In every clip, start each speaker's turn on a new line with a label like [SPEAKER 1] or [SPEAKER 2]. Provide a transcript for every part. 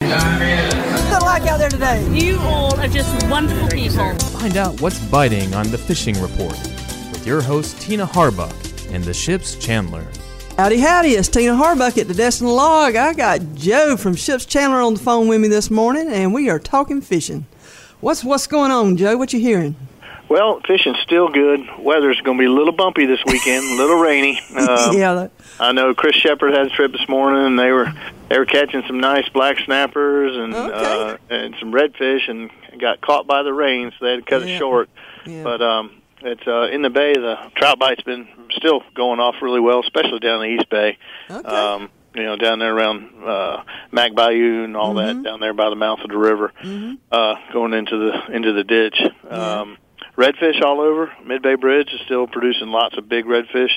[SPEAKER 1] Good luck out there today.
[SPEAKER 2] You all are just wonderful people.
[SPEAKER 3] Find out what's biting on the fishing report with your host Tina Harbuck and the ship's Chandler.
[SPEAKER 1] Howdy, howdy. It's Tina Harbuck at the Destin Log. I got Joe from Ships Chandler on the phone with me this morning, and we are talking fishing. What's what's going on, Joe? What you hearing?
[SPEAKER 4] Well, fishing's still good. Weather's going to be a little bumpy this weekend, a little rainy. Um,
[SPEAKER 1] yeah, that-
[SPEAKER 4] I know Chris Shepard had a trip this morning, and they were they were catching some nice black snappers and
[SPEAKER 1] Okay.
[SPEAKER 4] uh, and some redfish, and got caught by the rain, so they had to cut
[SPEAKER 1] Yeah.
[SPEAKER 4] it short.
[SPEAKER 1] yeah.
[SPEAKER 4] But um, it's uh, in the bay. The trout bite's been still going off really well, especially down the East Bay.
[SPEAKER 1] Okay.
[SPEAKER 4] Um, you know, down there around uh, Mac Bayou and all
[SPEAKER 1] Mm-hmm.
[SPEAKER 4] that, down there by the mouth of the river, uh, going into the into the ditch. Um, redfish all over. Mid Bay Bridge is still producing lots of big redfish.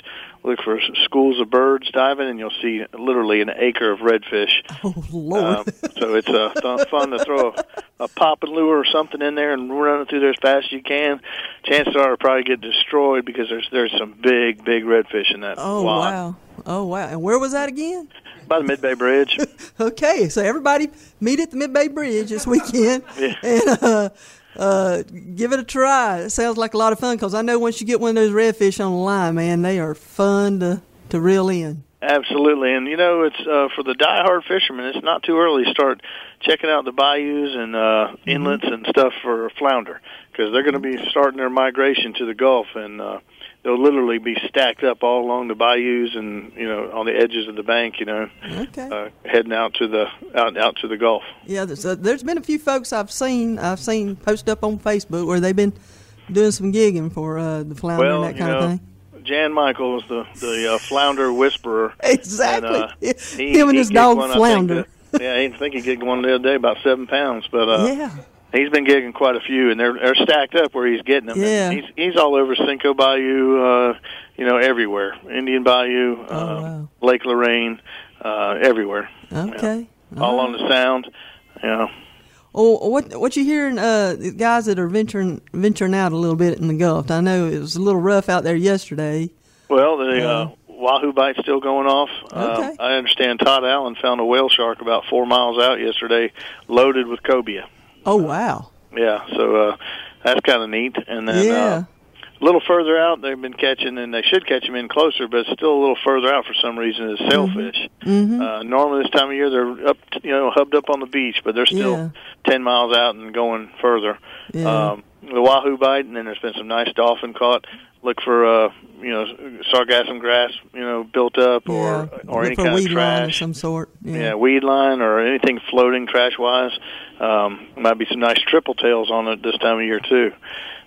[SPEAKER 4] Look for s- schools of birds diving, and you'll see literally an acre of redfish.
[SPEAKER 1] oh Lord,
[SPEAKER 4] Um, so it's uh, th- fun to throw a, a popping lure or something in there and run it through there as fast as you can. Chances are it'll probably get destroyed because there's there's some big big redfish in that.
[SPEAKER 1] oh
[SPEAKER 4] lot.
[SPEAKER 1] wow, oh wow. And where was that again?
[SPEAKER 4] By the Mid Bay Bridge.
[SPEAKER 1] Okay, so everybody meet at the Mid Bay Bridge this weekend and uh, uh, give it a try. It sounds like a lot of fun because I know once you get one of those redfish on the line, man, they are fun to to reel in.
[SPEAKER 4] Absolutely, and you know it's uh, for the diehard fishermen. It's not too early to start checking out the bayous and uh,
[SPEAKER 1] Mm-hmm.
[SPEAKER 4] inlets and stuff for flounder because they're going to be starting their migration to the Gulf, and uh, they'll literally be stacked up all along the bayous and you know on the edges of the bank. You know,
[SPEAKER 1] Okay.
[SPEAKER 4] uh, heading out to the out out to the Gulf.
[SPEAKER 1] Yeah, there's, uh, there's been a few folks I've seen I've seen post up on Facebook where they've been doing some gigging for uh, the flounder and
[SPEAKER 4] Well,
[SPEAKER 1] that
[SPEAKER 4] you
[SPEAKER 1] kind of
[SPEAKER 4] know,
[SPEAKER 1] thing.
[SPEAKER 4] Jan Michael is the the uh, flounder whisperer.
[SPEAKER 1] Exactly.
[SPEAKER 4] And, uh, he-
[SPEAKER 1] Him and
[SPEAKER 4] he
[SPEAKER 1] his
[SPEAKER 4] kicked
[SPEAKER 1] dog
[SPEAKER 4] one, I think,
[SPEAKER 1] Flounder.
[SPEAKER 4] that- yeah, I think he kicked one the other day about seven pounds, but uh,
[SPEAKER 1] yeah.
[SPEAKER 4] He's been gigging quite a few, and they're they're stacked up where he's getting them.
[SPEAKER 1] Yeah.
[SPEAKER 4] he's he's all over Cinco Bayou, uh, you know, everywhere. Indian Bayou, um,
[SPEAKER 1] Oh, wow. Oh,
[SPEAKER 4] Lake Lorraine, uh, everywhere.
[SPEAKER 1] Okay.
[SPEAKER 4] All on the Sound. You know,
[SPEAKER 1] Oh, what what you hearing? Uh, the guys that are venturing venturing out a little bit in the Gulf. I know it was a little rough out there yesterday.
[SPEAKER 4] well, the uh, Wahoo bite's still going off.
[SPEAKER 1] Okay.
[SPEAKER 4] Um, I understand Todd Allen found a whale shark about four miles out yesterday, loaded with cobia.
[SPEAKER 1] Oh
[SPEAKER 4] Uh,
[SPEAKER 1] wow.
[SPEAKER 4] Yeah, so uh, that's kind of neat. And then
[SPEAKER 1] Yeah.
[SPEAKER 4] uh, a little further out, they've been catching, and they should catch them in closer, but still a little further out for some reason
[SPEAKER 1] Mm-hmm.
[SPEAKER 4] is sailfish. Uh, normally this time of year they're up, you know, hubbed up on the beach, but they're still ten miles out and going further.
[SPEAKER 1] Yeah.
[SPEAKER 4] Um, the wahoo bite, and then there's been some nice dolphin caught. Look for uh, you know sargassum grass, you know, built up or
[SPEAKER 1] yeah.
[SPEAKER 4] or
[SPEAKER 1] Look
[SPEAKER 4] any
[SPEAKER 1] for a
[SPEAKER 4] kind
[SPEAKER 1] weed
[SPEAKER 4] of
[SPEAKER 1] line of
[SPEAKER 4] trash
[SPEAKER 1] some sort.
[SPEAKER 4] yeah, weed line or anything floating trash wise. Um, might be some nice triple tails on it this time of year too,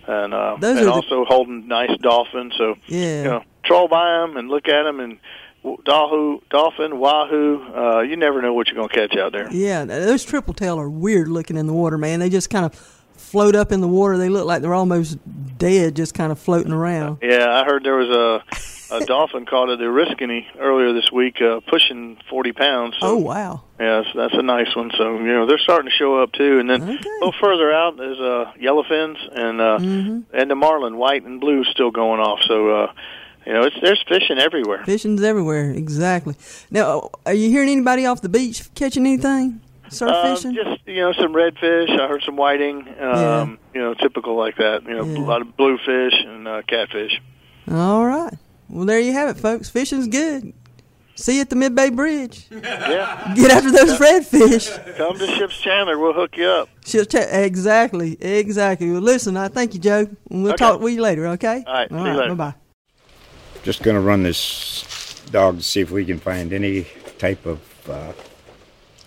[SPEAKER 4] and uh,
[SPEAKER 1] Those are
[SPEAKER 4] and
[SPEAKER 1] the-
[SPEAKER 4] also holding nice dolphins. So
[SPEAKER 1] Yeah.
[SPEAKER 4] you know, troll by them and look at them and w- dolhu, dolphin, wahoo. Uh, you never know what you're gonna catch out there.
[SPEAKER 1] Yeah, those triple tail are weird looking in the water, man. They just kind of float up in the water. They look like they're almost dead, just kind of floating around.
[SPEAKER 4] Yeah, I heard there was a a dolphin caught at the Oriskany earlier this week, uh, pushing 40 pounds. So
[SPEAKER 1] Oh wow!
[SPEAKER 4] Yes, that's a nice one. So you know they're starting to show up too, and then
[SPEAKER 1] Okay.
[SPEAKER 4] a little further out there's uh, yellowfins and uh,
[SPEAKER 1] Mm-hmm.
[SPEAKER 4] and the marlin, white and blue, still going off. So uh, you know it's there's fishing everywhere.
[SPEAKER 1] Fishing's everywhere. Exactly. Now, uh, are you hearing anybody off the beach catching anything? Surf
[SPEAKER 4] Um,
[SPEAKER 1] fishing?
[SPEAKER 4] just you know some redfish. I heard some whiting. Um, You know typical like that. You know
[SPEAKER 1] Yeah.
[SPEAKER 4] a lot of bluefish and uh, catfish.
[SPEAKER 1] All right. Well, there you have it, folks. Fishing's good. See you at the Mid Bay Bridge.
[SPEAKER 4] Yeah,
[SPEAKER 1] Get after those redfish.
[SPEAKER 4] come to Ships Chandler. We'll hook you up.
[SPEAKER 1] She'll ta- exactly, exactly. Well, listen, I thank you, Joe. and We'll
[SPEAKER 4] Okay.
[SPEAKER 1] talk with you later. Okay.
[SPEAKER 4] All right, see you later.
[SPEAKER 1] Bye bye.
[SPEAKER 5] Just going to run this dog to see if we can find any type of uh,